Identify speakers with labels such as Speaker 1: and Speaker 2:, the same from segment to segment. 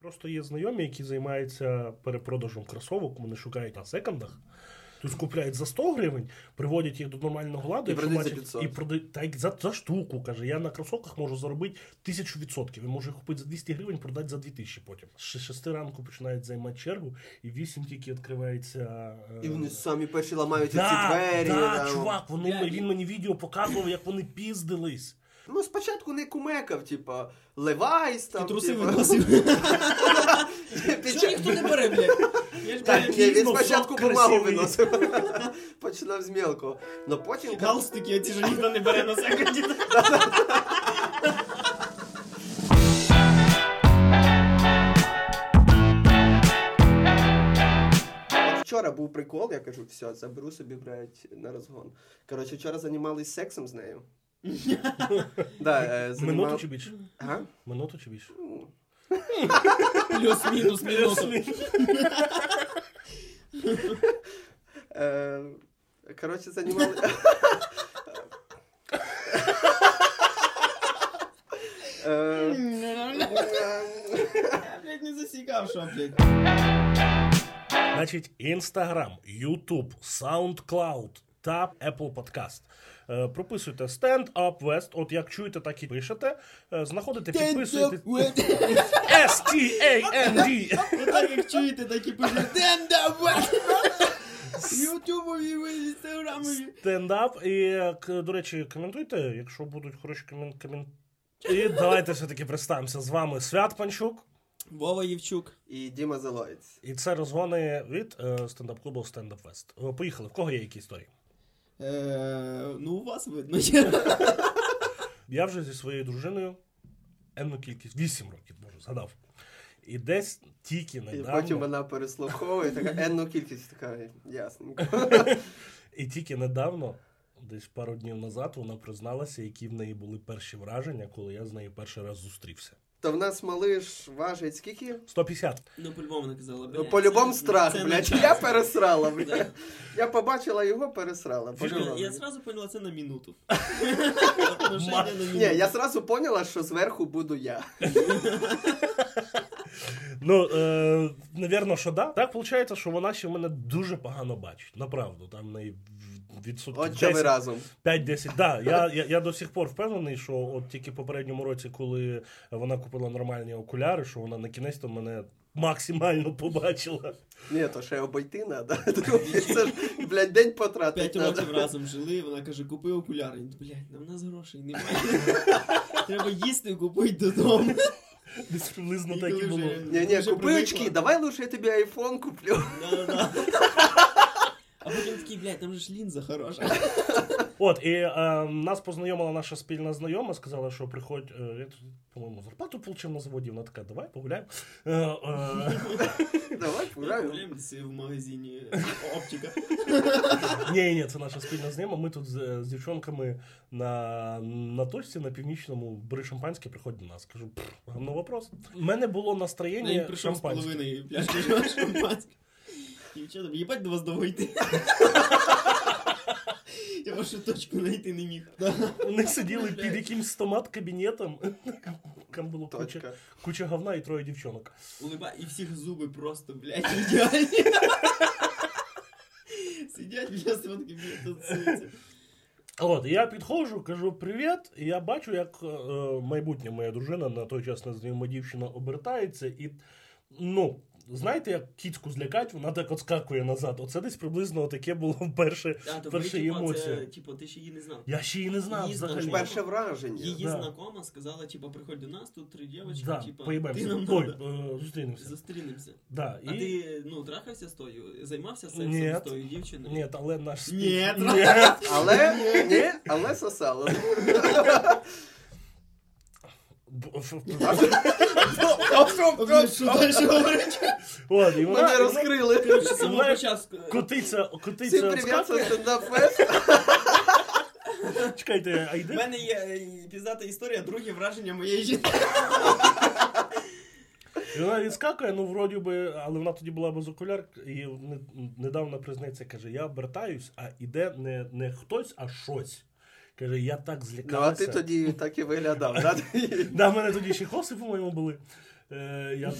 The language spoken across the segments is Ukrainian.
Speaker 1: Просто є знайомі, які займаються перепродажем кросовок, вони шукають на секондах. Тобто купляють за 100 гривень, приводять їх до нормального ладу,
Speaker 2: І
Speaker 1: якщо
Speaker 2: продають за
Speaker 1: бачать-
Speaker 2: 500.
Speaker 1: і продають та й за, за штуку. Каже, я на кросовках можу заробити тисячу відсотків. Я можу їх купити за 200 гривень, продати за 2000 потім. З 6 ранку починають займати чергу, і 8 тільки відкривається. е,
Speaker 2: І вони самі перші ламають ці
Speaker 1: да,
Speaker 2: двері.
Speaker 1: да,
Speaker 2: там.
Speaker 1: чувак, вони, він мені відео показував, як вони піздились.
Speaker 2: Ну, спочатку не кумекав, типа, Левайс там.
Speaker 3: Ти труси
Speaker 2: типа.
Speaker 3: відносив.
Speaker 2: Під
Speaker 3: Чого
Speaker 2: час-
Speaker 3: ніхто не бере, блядь? Я ж
Speaker 2: Так,
Speaker 3: блядь,
Speaker 2: ні, він
Speaker 1: Дійсно,
Speaker 2: спочатку
Speaker 1: сок
Speaker 2: бумагу
Speaker 1: красивий.
Speaker 2: виносив. Починав з мелкого. Но потім.
Speaker 3: галстуки, оці ж ніхто не бере на секунді.
Speaker 2: От Вчора був прикол, я кажу, все, заберу собі, блядь, на розгон. Коротше, вчора займалися сексом з нею. Да, е, займав-
Speaker 1: Минуту чи більше?
Speaker 2: Ага.
Speaker 1: Минуту чи більше?
Speaker 2: Ну,
Speaker 3: Плюс-мінус, мінус.
Speaker 2: е, Коротше, займали... Е, е,
Speaker 3: Я, блядь, не засікав, що, блядь.
Speaker 1: Значить, Instagram, YouTube, SoundCloud та Apple Podcast. Е, Прописуйте Stand Up West, от як чуєте, так і пишете. Е, Знаходите, підписуєте. S-T-A-N-D.
Speaker 3: Отак як чуєте, Ну, так і пишете. Тендавай! Ютубові, ви, інстаграмові.
Speaker 1: Стендап. І, е, к- до речі, коментуйте, якщо будуть хороші комент... комент... І давайте все-таки представимося. З вами Свят Панчук.
Speaker 3: Вова Євчук.
Speaker 2: І Діма Залоєць.
Speaker 1: І це розгони від е, стендап-клубу Stand Up West. Е, Поїхали, в кого є які історії?
Speaker 3: Е, Ну, у вас видно.
Speaker 1: Я вже зі своєю дружиною енну кількість, 8 років, боже, згадав. І десь тільки
Speaker 2: І потім
Speaker 1: недавно,
Speaker 2: вона переслуховує, така енну ну, кількість така, ясненько.
Speaker 1: і тільки недавно, десь пару днів назад, вона призналася, які в неї були перші враження, коли я з нею перший раз зустрівся.
Speaker 2: То в нас малиш важить скільки?
Speaker 1: 150.
Speaker 3: Ну, по-любому наказала,
Speaker 2: Ну, По-любому страх, блядь. Я пересрала,
Speaker 3: Да.
Speaker 2: блядь. Я побачила його, пересрала.
Speaker 3: Фишка,
Speaker 2: по-любому.
Speaker 3: я сразу поняла це на минуту. Отношення на
Speaker 2: Ні, я
Speaker 3: минуту.
Speaker 2: зразу поняла, що зверху буду я.
Speaker 1: Ну, е, навірно, що да. Так виходить, що вона ще мене дуже погано бачить. Направду, там в неї в- відсотків
Speaker 2: От що ми
Speaker 1: 10
Speaker 2: разом.
Speaker 1: 5-10, да. Я, я, я до сих пор впевнений, що от тільки в попередньому році, коли вона купила нормальні окуляри, що вона на кінець то мене максимально побачила.
Speaker 2: Ні, то ще обойти треба. Це ж, блядь, день потратить
Speaker 3: П'ять
Speaker 2: треба.
Speaker 3: років разом жили, вона каже, купи окуляри. Він, Блядь, нам нас грошей немає. Треба їсти купити додому.
Speaker 1: Десь приблизно
Speaker 3: І
Speaker 1: так і
Speaker 3: коли
Speaker 1: було.
Speaker 3: вже-
Speaker 2: Ні, ні,
Speaker 3: вже
Speaker 2: купи
Speaker 3: привикла.
Speaker 2: очки, давай лучше я тобі айфон куплю.
Speaker 3: Да-да-да. А потім такий, блядь, там же ж лінза хороша.
Speaker 1: От, і е, нас познайомила наша спільна знайома, сказала, що приходь, е, я тут, по-моєму, зарплату получив на заводі. Вона така, давай погуляємо. Е, е,
Speaker 2: Давай пограємо.
Speaker 3: Проблемці в магазині оптика.
Speaker 1: Ні, ні, це наша спільна знайома. Ми тут з, з дівчонками на, на точці на північному бери шампанське, приходь до нас. Кажу, «Пф, гамно вопрос. У мене було
Speaker 3: Він
Speaker 1: настроєння
Speaker 3: прийшов з
Speaker 1: шампанське.
Speaker 3: половиною пляшки шампанське. Дівчата, їбать до вас довго йти. Я вашу точку знайти не міг.
Speaker 1: Вони сиділи під якимсь стомат кабінетом. Там було куча,
Speaker 2: Точка.
Speaker 1: куча говна і троє дівчонок.
Speaker 3: Улиба, і всіх зуби просто, блядь, ідеальні. Сидять, блядь, смотки, блядь, танцюються.
Speaker 1: От, я підходжу, кажу привіт. І я бачу, як е, е, майбутня моя дружина на той час незнайома дівчина обертається, і ну. Знаєте, як кіцьку злякать, вона так отскакує назад. Оце десь приблизно таке було перше
Speaker 3: А, то
Speaker 1: Перші
Speaker 3: ви, типа,
Speaker 1: емоції.
Speaker 3: це, Типу, ти ще її не знав.
Speaker 1: Я ще її не знав
Speaker 3: Її знав.
Speaker 1: взагалі.
Speaker 2: Перше враження.
Speaker 3: Її
Speaker 1: Да.
Speaker 3: знакома сказала, типа, приходь до нас, тут три дівчинки,
Speaker 1: Да,
Speaker 3: типа, ти
Speaker 2: типу,
Speaker 1: поїбемося.
Speaker 3: нам
Speaker 1: Ой,
Speaker 3: надо.
Speaker 1: е, зустрінемося.
Speaker 3: Зустрінемося.
Speaker 1: Да,
Speaker 3: А
Speaker 1: і...
Speaker 3: ти, ну, трахався з тою? Займався сексом
Speaker 1: Ні.
Speaker 3: з тою дівчиною?
Speaker 1: Ні, але наш спіль-
Speaker 3: Ні.
Speaker 2: Але ні, але сосало.
Speaker 1: Б- ф- ф-
Speaker 2: Ну,
Speaker 3: Блін, що далі говорить?
Speaker 1: От, і
Speaker 2: Мене
Speaker 1: вона
Speaker 2: розкрили.
Speaker 3: З самого
Speaker 1: Знаєш,
Speaker 3: початку.
Speaker 1: котиться,
Speaker 2: Всім
Speaker 1: котиться,
Speaker 2: привіт,
Speaker 1: вскакує.
Speaker 2: це стендап фест. Ну,
Speaker 1: Чекайте, а
Speaker 3: У
Speaker 1: йде?
Speaker 3: мене є е, піздата історія, друге враження моєї жінки.
Speaker 1: І вона відскакує, ну вроді би, але вона тоді була без окуляр, і не- недавно признається, каже, я обертаюсь, а іде не, не хтось, а щось. Каже, я так
Speaker 2: Ну, а ти
Speaker 1: злякалася.
Speaker 2: тоді так і виглядав, да?
Speaker 1: Да, в мене тоді ще коси, по-моєму, були. Е, я...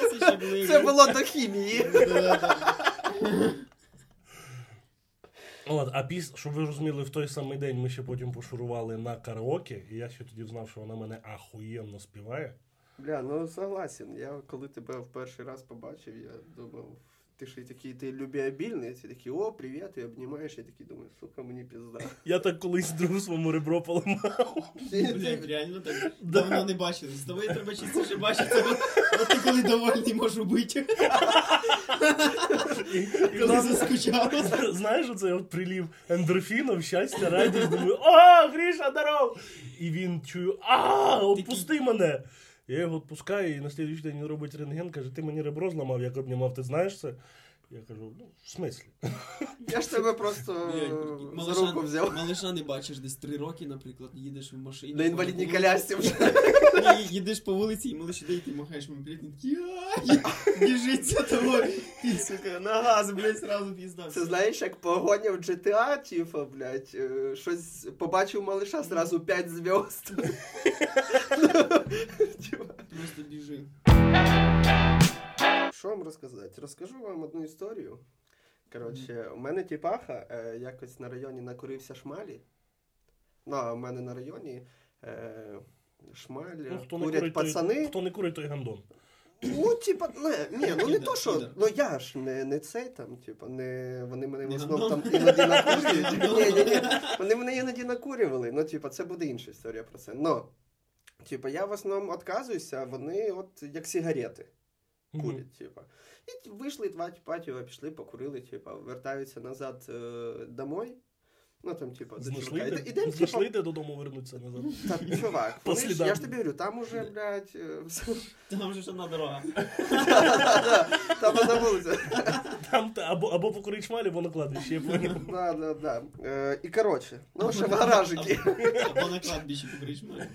Speaker 3: Це ще були-
Speaker 2: Це було до хімії.
Speaker 3: Да-да-да.
Speaker 1: От, а піс, щоб ви розуміли, в той самий день ми ще потім пошурували на караоке, і я ще тоді знав, що вона мене ахуєнно співає.
Speaker 2: Бля, ну согласен. Я коли тебе в перший раз побачив, я думав, ти ж і такий, ти любіабільний, ти такий, о, привіт, і обнімаєш, я такий думаю, сука, мені пізда.
Speaker 1: Я так колись другу своєму ребро поламав.
Speaker 3: Блін, реально так давно не бачились. З тобою треба частіше бачитися. бо- бо ти коли довольний можу бути,
Speaker 1: І, і
Speaker 3: коли
Speaker 1: нам-
Speaker 3: заскучав.
Speaker 1: Знаєш, оце от прилів ендорфінов, щастя, радість. Думаю, а, Гріша, здоров! І він чую, а, отпусти мене. Я його відпускаю, і на слідуючий день він робить рентген, каже, ти мені ребро зламав, як обнімав, ти знаєш це? Я кажу, ну, в смислі?
Speaker 2: Я ж тебе просто
Speaker 3: Ну,
Speaker 2: е, за руку
Speaker 3: Малиша,
Speaker 2: взяв.
Speaker 3: малиша не бачиш десь три роки, наприклад, їдеш в машині.
Speaker 2: На інвалідній
Speaker 3: по
Speaker 2: колясці вже.
Speaker 3: вулиці, Ні, їдеш по вулиці, і малиш іде, і ти махаєш мені блядь, він такий, «Ай!» біжиться того. Ти, сука, на газ, блядь, сразу пізда.
Speaker 2: Це знаєш, як погоня в GTA, тіфа, блядь, е, щось побачив малиша, зразу 5 зв'язд.
Speaker 3: Просто біжи.
Speaker 2: Що вам розказати? Розкажу вам одну історію. Коротше, у мене тіпаха е, якось на районі накурився шмалі. Ну, а у мене на районі е, шмаль
Speaker 1: Ну, хто не
Speaker 2: курять
Speaker 1: курить, той,
Speaker 2: пацани.
Speaker 1: хто не курить, той гандон.
Speaker 2: Ну, типа, не, ні, ну не
Speaker 3: Піде,
Speaker 2: то, що.
Speaker 3: піде.
Speaker 2: Ну я ж не, не цей там, типа, не вони мене в
Speaker 3: Не
Speaker 2: основному там
Speaker 1: ну,
Speaker 3: гандон.
Speaker 2: іноді накурюють. Ні, ні, ні. Вони мене іноді накурювали. Ну, типа, це буде інша історія про це. Ну, типа, я в основному відказуюся, а вони от як сигарети
Speaker 1: Мгм.
Speaker 2: курять, типа. І т- вийшли два типа, типа, пішли, покурили, типа, вертаються назад е, домой. Ну там, типа, до
Speaker 1: Знайшли
Speaker 2: чувака.
Speaker 1: де?
Speaker 2: Іде- ідем, типа,
Speaker 1: Знайшли де додому вернуться назад.
Speaker 2: та, чувак,
Speaker 1: По
Speaker 2: вони ж-
Speaker 1: слідам.
Speaker 2: я ж тобі говорю, там уже, блядь, е, все.
Speaker 3: Там же ж одна дорога.
Speaker 2: там одна вулиця.
Speaker 1: Там та- або, або покурить шмалі, або на кладбищі, я поняв.
Speaker 2: Да, да, да. Е, І коротше, ну ще в гаражики.
Speaker 3: Або на кладбищі покуриш мене.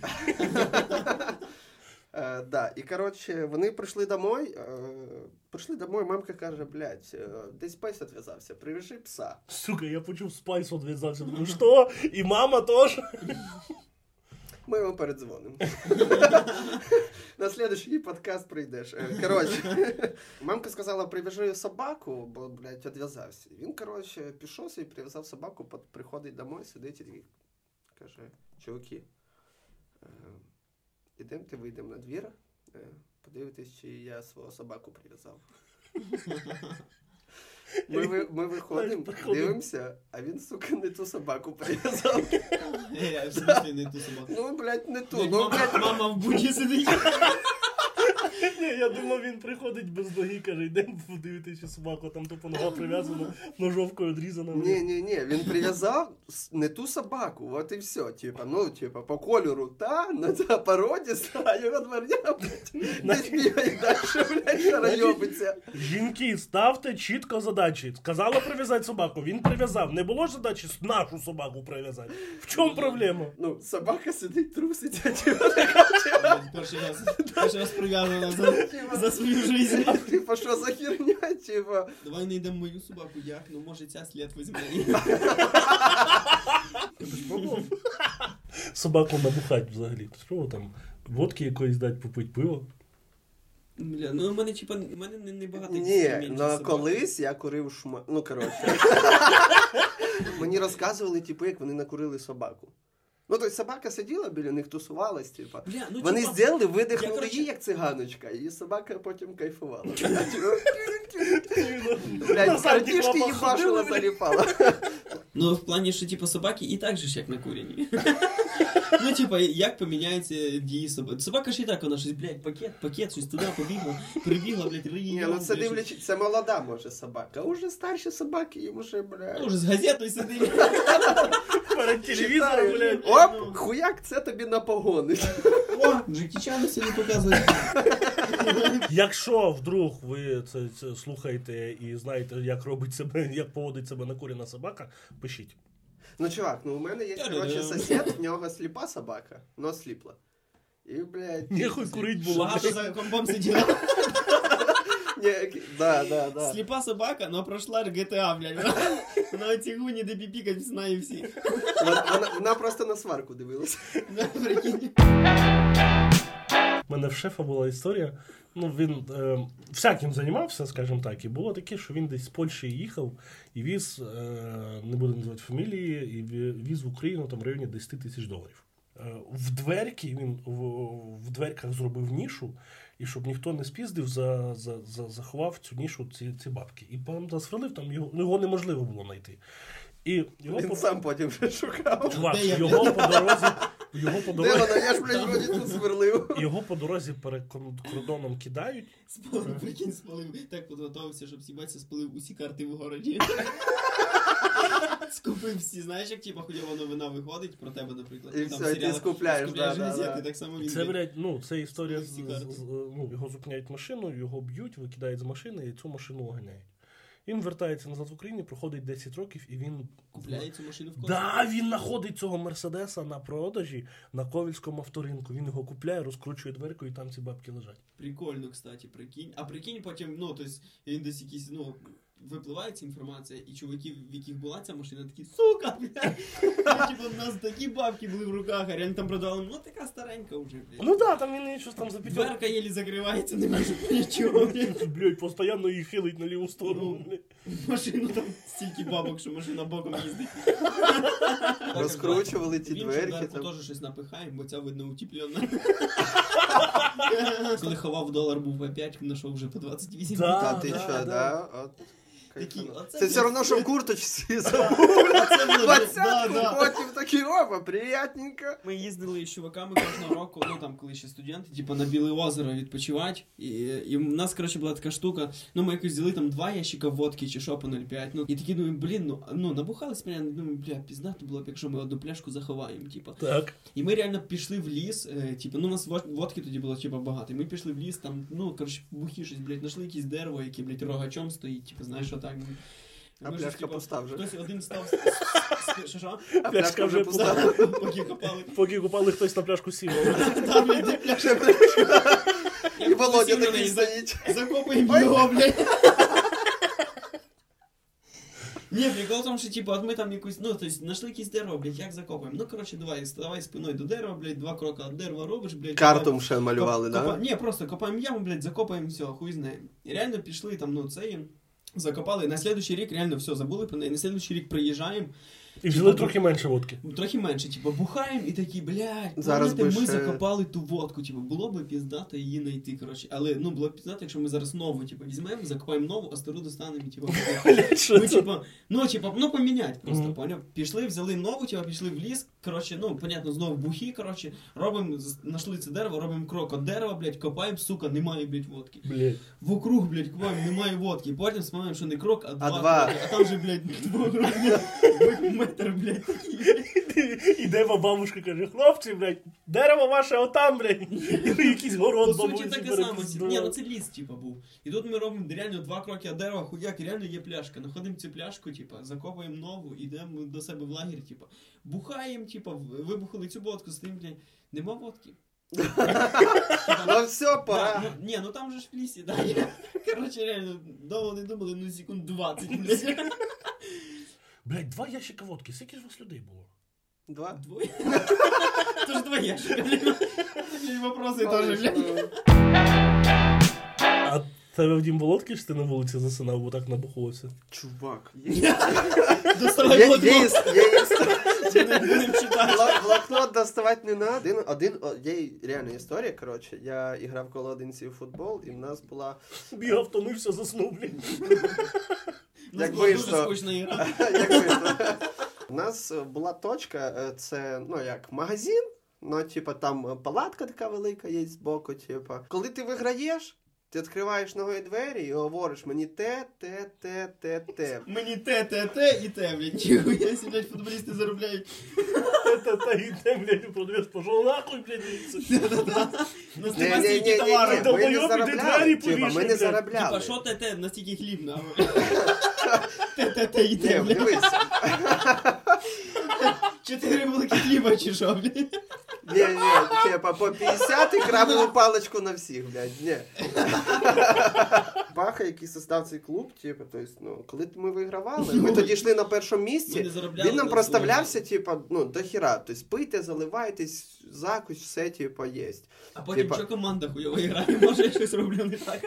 Speaker 2: Е, да, і коротше, вони прийшли домой. е, Прийшли домой, мамка каже, блядь, е, десь пес відв'язався, привіжи пса.
Speaker 1: Сука, я почув спайс відв'язався. Думаю, що? І мама теж.
Speaker 2: Ми вам передзвонимо. На следующий подкаст прийдеш. Е, Коротше, мамка сказала, прив'яжи собаку, бо, блядь, відв'язався. Він, коротше, пішов собі, прив'язав собаку, пот- приходить домой, сидить і такий, каже, чуваки, ідемо ти вийдемо на двір, е, подивитись, чи я свого собаку прив'язав. Ми, ви- ми виходимо,
Speaker 1: Приходимо.
Speaker 2: дивимося, а він, сука, не ту собаку прив'язав.
Speaker 3: Е, в смислі не ту собаку.
Speaker 2: Ну, блядь, не ту.
Speaker 3: Блядь,
Speaker 2: Ну, блядь,
Speaker 3: мама- Мама в буді сидить.
Speaker 1: Ні, я думав, він приходить без ноги, каже, йдемо подивитися собаку, там тупо нога прив'язана, ножовкою відрізана.
Speaker 2: Ні, ні, ні, він прив'язав с- не ту собаку, от і все. Типа, ну, типа, по кольору та, ну та породіста, а його дворня, блядь, не
Speaker 1: Значить-
Speaker 2: бігає далі, блядь, шарайобиться.
Speaker 1: Жінки, ставте чітко задачі. Сказала прив'язати собаку, він прив'язав. Не було ж задачі нашу собаку прив'язати. В чому проблема?
Speaker 2: Ну, собака сидить, трусить, а типа,
Speaker 3: Блядь, Перший раз, перший раз прив'язана за, за свою жизнь.
Speaker 2: а ну, типа, що за херня, типа.
Speaker 3: Давай знайдемо мою собаку, як? Ну може ця слід візьме.
Speaker 1: Собаку набухать взагалі. Що ви там? Водки якоїсь дать попить пиво.
Speaker 3: Бля, ну у мене типа у мене не, не багато
Speaker 2: Ні,
Speaker 3: експериментів з
Speaker 2: ну
Speaker 3: собакою.
Speaker 2: колись я курив шма. Ну, коротше. Мені розказували, типу, як вони накурили собаку. Ну, тобто собака сиділа біля них, тусувалась, типа.
Speaker 3: Бля, ну
Speaker 2: Вони
Speaker 3: типа,
Speaker 2: зробили, видихнули
Speaker 3: я, коротше-
Speaker 2: її як циганочка, і собака потім кайфувала.
Speaker 1: На
Speaker 2: Блять,
Speaker 1: задніх лапах
Speaker 2: картішки
Speaker 1: ходили,
Speaker 2: їбашила,
Speaker 1: блядь.
Speaker 2: заліпала.
Speaker 3: Ну в плані, що типа собаки і так же ж як на курені. Ну, типа, як поміняється дії собаки. Собака ж і так, вона щось, блядь, пакет, пакет, щось туди побігла, прибігла, блядь, риє.
Speaker 2: Ні, ну це дивлячись, це молода може собака, а уже старші собаки їм уже,
Speaker 3: Ну,
Speaker 2: блядь.
Speaker 3: вже з газетою сидить.
Speaker 1: Перед телевізором, блядь.
Speaker 2: Оп, хуяк, це тобі на погони.
Speaker 3: О, Джекі Чану сьогодні показує.
Speaker 1: Якщо вдруг ви це, це слухаєте і знаєте, як робить себе, як поводить себе накурена собака, пишіть.
Speaker 2: Ну, чувак, ну у мене є, коротше, сосед, в нього сліпа собака, но сліпла. І, блядь,
Speaker 1: Нехуй курить було.
Speaker 3: Багато за компом сиділа.
Speaker 2: ні, да, да, да.
Speaker 3: Сліпа собака, но пройшла GTA, а, блядь. На оці гуні, де піпікать, знає всі.
Speaker 2: Вона, вона- вона просто на сварку дивилася.
Speaker 3: Да, прикинь.
Speaker 1: У мене в шефа була історія. Ну, він е, всяким займався, скажімо так, і було таке, що він десь з Польщі їхав і віз, е, не буду називати фамілії, і ві- віз в Україну там в районі 10 тисяч доларів. Е, в дверки він в, в дверках зробив нішу, і щоб ніхто не спіздив, за, за, за, заховав цю нішу ці, ці бабки. І там засверлив, там його, ну, його неможливо було знайти. І його
Speaker 2: Він
Speaker 1: по-
Speaker 2: сам потім вже шукав.
Speaker 1: Чувак,
Speaker 3: Де я?
Speaker 1: його по дорозі, його по
Speaker 2: Де
Speaker 1: дорозі,
Speaker 2: вона? Я ж, блядь, вроді тут сверлив.
Speaker 1: його по дорозі перед кон- кордоном кидають.
Speaker 3: Спалив, прикинь, спалив. Так підготувався, щоб з'їбатися, спалив усі карти в городі. Скупив всі, знаєш, як типа хуйова новина виходить про тебе, наприклад.
Speaker 2: І
Speaker 3: там
Speaker 2: все, і ти
Speaker 3: серіали.
Speaker 2: скупляєш. да,
Speaker 3: Скупляєш
Speaker 2: да,
Speaker 3: газети,
Speaker 2: да.
Speaker 3: так само він.
Speaker 1: Це,
Speaker 3: блядь.
Speaker 1: блядь, ну, це історія з, з,
Speaker 3: Всі карти.
Speaker 1: з- ну, його зупиняють машину, його б'ють, викидають з машини і цю машину оганяють. Він вертається назад в Україну, проходить 10 років і він.
Speaker 3: Купляє цю машину в кошти.
Speaker 1: Да, він знаходить цього мерседеса на продажі на ковільському авторинку. Він його купляє, розкручує дверку, і там ці бабки лежать.
Speaker 3: Прикольно, кстати, прикинь. А прикинь, потім, ну, тобто, він десь якийсь, ну, випливає ця інформація, і чуваки, в яких була ця машина, такі, сука, блядь. Типу, у нас такі бабки були в руках, а реально там продавали, ну така старенька вже, блядь.
Speaker 1: Ну да, там він щось там за п'ятерку.
Speaker 3: Дверка єлі закривається, не може нічого, блядь.
Speaker 1: Блять, постійно її хилить на ліву сторону.
Speaker 3: Ну.
Speaker 1: блядь.
Speaker 3: Машину там стільки бабок, що машина боком їздить.
Speaker 2: Розкручували ті
Speaker 3: Він ще
Speaker 2: дверки.
Speaker 3: дверку
Speaker 2: Там.
Speaker 3: теж щось напихає, бо ця видно утіплена. Коли ховав долар був по 5, знайшов вже по 28.
Speaker 1: Да.
Speaker 2: Та ти
Speaker 1: Да,
Speaker 2: що,
Speaker 1: да.
Speaker 2: да? От.
Speaker 3: Такі,
Speaker 2: кайфано.
Speaker 3: оце
Speaker 2: Це
Speaker 3: він.
Speaker 2: все одно, що в курточці забув
Speaker 3: Це було, да, да.
Speaker 2: двадцятку, потім такий, опа, приятненько.
Speaker 3: Ми їздили з чуваками кожного року, ну там коли ще студенти, типу на Біле озеро відпочивати. І, і в нас, коротше, була така штука. Ну, ми якось взяли там два ящика водки чи що по 0,5. Ну, і такі думаємо, блін, ну, ну набухались мене, думаю, бля, пізнато було б, якщо ми одну пляшку заховаємо, типу.
Speaker 1: Так.
Speaker 3: І ми реально пішли в ліс, е, типу, ну у нас вод- водки тоді було типу, багато. І ми пішли в ліс, там, ну, коротше, бухі щось, блядь, знайшли якесь дерево, яке, блядь, рогачом стоїть, типу, знаєш, отак. ну.
Speaker 2: А
Speaker 3: Ми
Speaker 2: пляшка
Speaker 3: типу,
Speaker 2: пуста вже.
Speaker 3: Хтось один став. з- з- з- Що що?
Speaker 1: Пляшка
Speaker 2: А пляшка вже
Speaker 1: вже
Speaker 2: пуста.
Speaker 3: Поки копали.
Speaker 1: Поки купали хтось на пляшку сів.
Speaker 3: Там, блядь, пляшка.
Speaker 2: І Володя
Speaker 3: Сів на
Speaker 2: такий
Speaker 3: неї,
Speaker 2: стоїть.
Speaker 3: Закопаємо його, блядь. Ні, прикол в тому, що типу, от ми там якусь, ну, тобто, знайшли якесь дерево, блядь, як закопаємо? Ну, коротше, давай, давай спиною до дерева, блядь, два кроки від дерева робиш, блядь.
Speaker 2: Картом ще малювали,
Speaker 3: Коп-
Speaker 2: да?
Speaker 3: копа- Ні, просто копаємо яму, блядь, закопаємо все, хуй знає. І реально пішли там, ну, це їм. Закопали, на следующий рік реально все забули про неї. На следующий рік приїжджаємо,
Speaker 1: І взяли трохи менше водки.
Speaker 3: трохи менше, типу, бухаємо і такі, блядь,
Speaker 2: Зараз
Speaker 3: помните,
Speaker 2: би
Speaker 3: ми
Speaker 2: ще-
Speaker 3: закопали ту водку. Типу, було би піздато її знайти, коротше. Але ну було б піздато, якщо ми зараз нову, типу, візьмемо, закопаємо нову, а стару достанемо, і, типу, ми, типу, ну, типу, ну помінять просто,
Speaker 1: Мгм.
Speaker 3: поняв? Пішли, взяли нову, типу, пішли в ліс, коротше, ну, понятно, знову бухі, коротше, робимо, з- знайшли це дерево, робимо крок от дерева, блядь, копаємо, сука, немає, блядь, водки.
Speaker 1: Блять.
Speaker 3: Вокруг, блядь, копаємо, немає водки. Потім споминаємо, що не крок, а два.
Speaker 2: два.
Speaker 3: кроки. А там же, блядь, два кроки, метр, блядь, такий, блядь.
Speaker 1: Іде бабушка, каже, хлопці, блядь, дерево ваше отам, блядь. І якийсь
Speaker 3: По
Speaker 1: город
Speaker 3: суті,
Speaker 1: бабусі
Speaker 3: таке саме.
Speaker 1: перепіздував.
Speaker 3: Ні, ну це ліс, типа, був. І тут ми робимо реально два кроки від дерева, хуяк, і реально є пляшка. Находимо цю пляшку, типа, закопуємо нову, йдемо до себе в лагерь, типа, бухаємо, типа, вибухали цю водку, стоїмо, блядь, нема водки.
Speaker 2: Ну все,
Speaker 3: Да,
Speaker 2: пора.
Speaker 3: ну, ні, ну там же ж в лісі, да. є. Коротше, реально, довго не думали, ну секунд 20, блядь.
Speaker 1: Блять, два ящика водки, скільки ж у вас людей було?
Speaker 2: Два.
Speaker 3: Двоє. Тож двоє. ж, блядь. І вопроси теж, блядь.
Speaker 2: е,
Speaker 1: А тебе в дім було таке, що ти на вулиці засинав, бо так набухувався.
Speaker 2: Чувак.
Speaker 3: Доставай
Speaker 2: Є-
Speaker 3: водку.
Speaker 2: є іс- є іс-
Speaker 3: Будемо читати.
Speaker 2: Бла- Блокнот доставати не надо. Один, один, о, є реальна історія, коротше. Я іграв коло одинці в футбол, і в нас була
Speaker 1: Бігав, тонився, заснув, блядь.
Speaker 3: У нас
Speaker 2: Як
Speaker 3: була дуже
Speaker 2: вийшло.
Speaker 3: скучна гра.
Speaker 2: Як видно. У нас е, була точка, е, це ну як магазин. Ну, типа, там е, палатка така велика є збоку, типа. Коли ти виграєш, ти відкриваєш ногою двері і говориш мені те, те, те, те, те.
Speaker 3: Мені те, те, те і те, блядь. Ніхуя сі, блядь, футболісти заробляють.
Speaker 1: Та- Та йде, блядь, у продавець, пошов нахуй, блядь. і все.
Speaker 3: Настільки
Speaker 2: Ні-ні-ні,
Speaker 3: стільки
Speaker 2: ні-ні,
Speaker 3: товару.
Speaker 2: ми не
Speaker 1: Долбойоб, іди
Speaker 2: заробляли,
Speaker 1: двері
Speaker 2: типа, ми
Speaker 1: повішай,
Speaker 2: не
Speaker 1: блядь.
Speaker 2: заробляли.
Speaker 3: Типа, типу, що те, те, настільки хліб на. Те, те, те і те,
Speaker 2: Ні,
Speaker 3: блядь.
Speaker 2: дивись,
Speaker 3: Чотири великі хліба чи що, блядь.
Speaker 2: Ні, ні, типа по 50 і крабову паличку на всіх, блядь, ні. Баха, який создав цей клуб, типу, то есть, ну, коли ми вигравали, ми тоді йшли на першому
Speaker 3: Ну, Ми не
Speaker 2: місці.
Speaker 3: заробляли
Speaker 2: Він
Speaker 3: на
Speaker 2: нам
Speaker 3: своєму.
Speaker 2: проставлявся, типа, ну, до хіра. Тобто пийте, заливайтесь, закусь, все, типу, типа, є.
Speaker 3: А потім,
Speaker 2: Типа-
Speaker 3: що команда хуйово грає, може я щось роблю не так.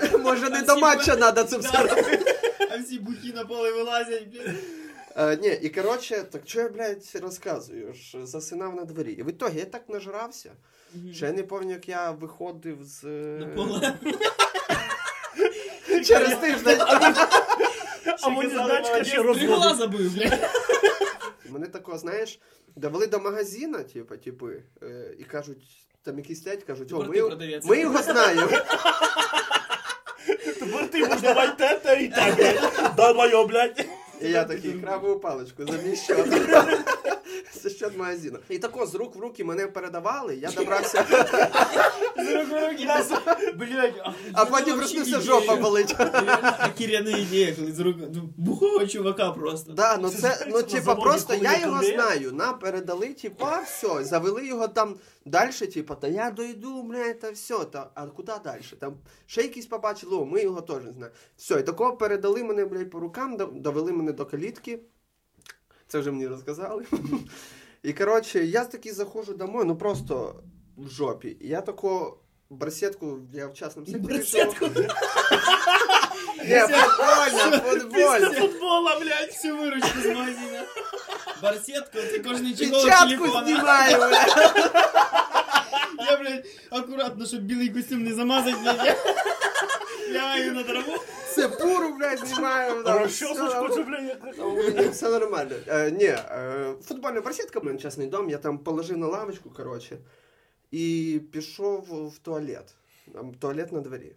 Speaker 3: Типу,
Speaker 2: Може, не до матча треба це все
Speaker 3: А всі бухі на поле вилазять, блін.
Speaker 2: Е, ні, і коротше, так що я, блядь, розказую? Ж засинав на дворі. І в ітогі я так нажрався. Ще я не пам'ятаю, як я виходив з. е,
Speaker 3: На поле.
Speaker 2: Через тиждень.
Speaker 1: А мені значка ще
Speaker 3: Три гола
Speaker 1: розводить.
Speaker 3: забив, блядь.
Speaker 2: Мене такого, знаєш, довели до магазина, типу, типи, е, і кажуть, там якісь лять, кажуть, о,
Speaker 3: Тепер
Speaker 2: ми,
Speaker 3: ти
Speaker 2: його-
Speaker 3: продавець.
Speaker 2: ми його знаємо.
Speaker 1: Тепер ти можеш давати те, те і те, блядь. Да, моє, блядь.
Speaker 2: І я такий крабову паличку за мій счет. За счет магазину. І тако з рук в руки мене передавали, я добрався,
Speaker 3: З рук в руки. Блядь.
Speaker 2: а потім проснувся жопа болить.
Speaker 3: Охерена ідея, коли з рук ну, бухого чувака просто.
Speaker 2: Да, ну це, ну
Speaker 1: на
Speaker 2: типа,
Speaker 1: заводі,
Speaker 2: просто
Speaker 1: коли
Speaker 2: я
Speaker 1: є
Speaker 2: його
Speaker 1: конвейер.
Speaker 2: знаю. Нам передали, типа, все, завели його там далі, типа, та я дойду, бля, та все. Та, а куди далі? Там ще якісь побачили, о, ми його теж знаємо. Все, і такого передали мене, блядь, по рукам, дов- довели мене до калітки. Це вже мені розказали. І коротше, я такий заходжу домой, ну просто в жопі. І я тако барсетку, я в частному
Speaker 3: І
Speaker 2: секторі.
Speaker 3: барсетку.
Speaker 2: йшов. Ні, футбольна,
Speaker 1: Після
Speaker 2: футбольна.
Speaker 1: футбола, блядь.
Speaker 3: Всю виручку з магазина. Барсетку, це кожний чехол
Speaker 2: Печатку
Speaker 3: телефона.
Speaker 2: знімаю, бля.
Speaker 3: Я, блядь, акуратно, щоб білий костюм не замазати, блядь. я Лягаю на траву.
Speaker 2: Це пуру, блядь, знімаю. да, все
Speaker 1: Розчосочку, це,
Speaker 2: нормально.
Speaker 1: блядь, як-
Speaker 2: Все нормально. Е, ні, е, футбольна барсетка, блін, чесний дом, я там положив на лавочку, коротше, і пішов в туалет. Там туалет на дворі.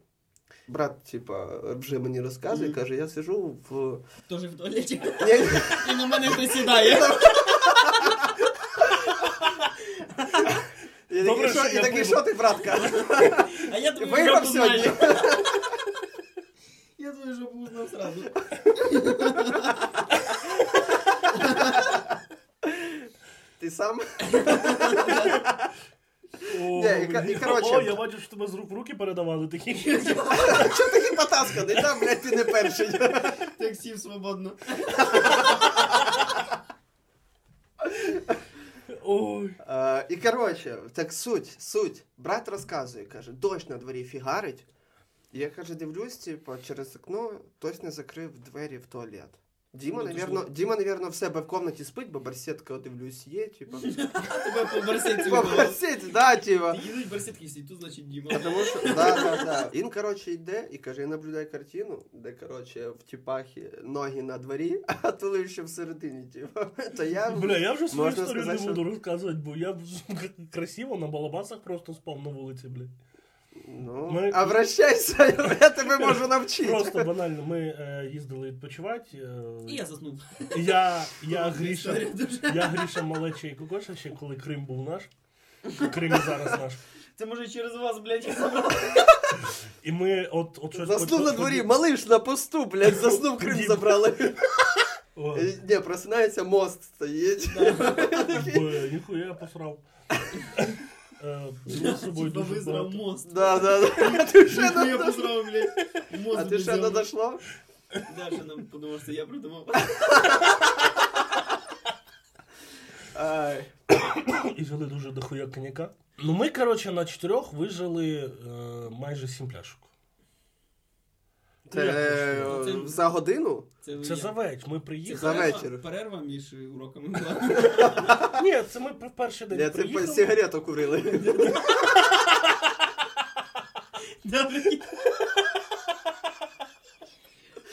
Speaker 2: Брат, типа, вже мені розказує,
Speaker 3: Мгм.
Speaker 2: каже, я сижу в.
Speaker 3: Тоже в туалеті.
Speaker 2: Ні,
Speaker 3: І на мене хтось сідає.
Speaker 2: Я
Speaker 1: Добре,
Speaker 2: такий, що,
Speaker 1: що
Speaker 2: і
Speaker 1: я
Speaker 2: такий,
Speaker 1: пив.
Speaker 2: що ти, братка?
Speaker 3: А я твою
Speaker 2: Виграв
Speaker 3: жопу
Speaker 2: сьогодні.
Speaker 3: знаю. Я твою жопу узнав сразу.
Speaker 2: Ти сам?
Speaker 1: О,
Speaker 2: Ні, і ка- і
Speaker 1: блін.
Speaker 2: коротше.
Speaker 1: О, я бачу, що тебе з рук в руки передавали такі.
Speaker 2: Що такий потасканий? Та, блядь, ти не перший.
Speaker 3: Так сів свободно.
Speaker 1: Ой.
Speaker 2: Е, і коротше, так суть, суть. Брат розказує, каже, дощ на дворі фігарить. І Я каже, дивлюсь, типу, через окно хтось не закрив двері в туалет. Діма,
Speaker 3: Ну, ти
Speaker 2: навірно,
Speaker 3: що?
Speaker 2: Діма, навірно, в себе в комнаті спить, бо барсетка, дивлюсь, є, типу.
Speaker 3: Тебе А по барсетці
Speaker 2: Бо
Speaker 3: вибивало.
Speaker 2: барсеть, да, типу.
Speaker 3: Ти їдуть барсетки всі, тут значить Діма.
Speaker 2: А Тому що, да, да, да. Він, коротше, йде і каже, я наблюдаю картину, де, коротше, в тіпахі ноги на дворі, а туловище всередині, типу. То я...
Speaker 1: Бля, я вже свою
Speaker 2: Можна
Speaker 1: історію не
Speaker 2: сказати, що-
Speaker 1: буду розказувати, бо я б красиво на балабасах просто спав на вулиці, блядь.
Speaker 2: Ну,
Speaker 1: Ми-
Speaker 2: а вращайся, я тебе можу навчити.
Speaker 1: Просто банально, ми е, їздили відпочивати. е,
Speaker 3: І я заснув.
Speaker 1: я, я Гріша,
Speaker 3: Історія дуже.
Speaker 1: я Гріша Малеча і Кокоша, ще коли Крим був наш. Крим і зараз наш.
Speaker 3: Це може через вас, блядь.
Speaker 1: І ми от, от щось...
Speaker 2: Заснув
Speaker 1: по-
Speaker 2: на
Speaker 1: по-
Speaker 2: дворі, малиш на посту, блядь, заснув Крим
Speaker 1: Ходім.
Speaker 2: забрали.
Speaker 1: О,
Speaker 2: Е, Ні, просинається, мост стоїть.
Speaker 1: б, Ніхуя я посрав. Е, Ми з собою
Speaker 3: Типа
Speaker 1: дуже
Speaker 3: визрав
Speaker 1: багато.
Speaker 3: мост.
Speaker 2: Да, да, да. А ти ще
Speaker 3: Ніхуя
Speaker 2: не
Speaker 3: позрав, Ну, блядь. Мост
Speaker 2: а ти ще не
Speaker 3: взяв.
Speaker 2: дошло?
Speaker 3: Да, ще нам подумав, що я придумав.
Speaker 2: Ай.
Speaker 1: І жили дуже дохуя коньяка. Ну ми, коротше, на чотирьох вижили е, майже сім пляшок.
Speaker 2: Це
Speaker 3: Ну, це-
Speaker 2: е, за годину?
Speaker 3: Це,
Speaker 1: Це
Speaker 3: я.
Speaker 1: за вечір. Ми
Speaker 3: Це
Speaker 1: приїхали.
Speaker 2: за
Speaker 3: перерва-
Speaker 2: вечір.
Speaker 3: Перерва між уроками була.
Speaker 1: Ні, це ми в перший
Speaker 2: Я
Speaker 1: день
Speaker 2: це по-
Speaker 1: приїхали.
Speaker 2: сигарету курили.
Speaker 3: Да, прикинь.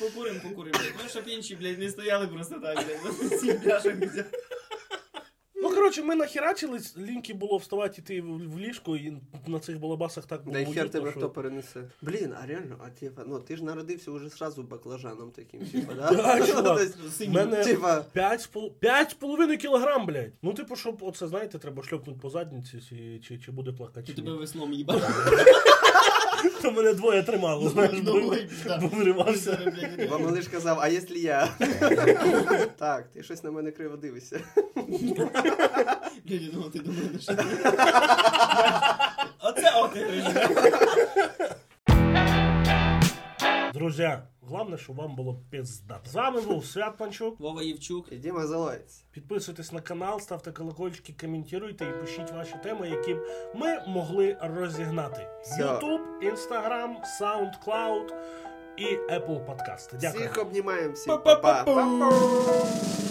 Speaker 3: Покурим, покурим. Ну, щоб інші, блядь, не стояли просто так, блядь. Ну, Сім пляшок взяв.
Speaker 1: Ну, коротше, ми нахерачились, ліньки було вставати йти в в ліжко, і на цих балабасах так було.
Speaker 2: Да й хер
Speaker 1: уютно,
Speaker 2: тебе
Speaker 1: що-
Speaker 2: хто перенесе. Блін, а реально, а типа, ну ти ж народився уже сразу баклажаном таким, типа,
Speaker 1: Да,
Speaker 2: да?
Speaker 1: чувак.
Speaker 2: Ну, тобто,
Speaker 1: В мене
Speaker 2: Типа,
Speaker 1: п'ять з пол- п'ять з половиною кілограм, блядь. Ну, типу, щоб оце, знаєте, треба шльопнути по задниці, чи, чи, чи буде плакати.
Speaker 3: Чи
Speaker 1: чи ні.
Speaker 3: тебе веслом їбав?
Speaker 1: Та мене двоє
Speaker 3: Ну,
Speaker 1: тримало, знаєш, бо бо виривався.
Speaker 2: Бо малиш казав, а якщо я? Так, ти щось на мене криво дивишся.
Speaker 3: Блядь, я думав, ти до мене ще. Оце от я кажу.
Speaker 1: Друзі, головне, щоб вам було пізда. З вами був Свят Панчук.
Speaker 3: Вова Євчук.
Speaker 2: І Діма Залоєць.
Speaker 1: Підписуйтесь на канал, ставте колокольчики, коментуйте і пишіть ваші теми, які б ми могли розігнати.
Speaker 2: Все.
Speaker 1: Ютуб, Інстаграм, SoundCloud і Apple подкасти. Дякую.
Speaker 2: Всіх обнімаємо, всім па-па.
Speaker 3: Па-па-па-пу.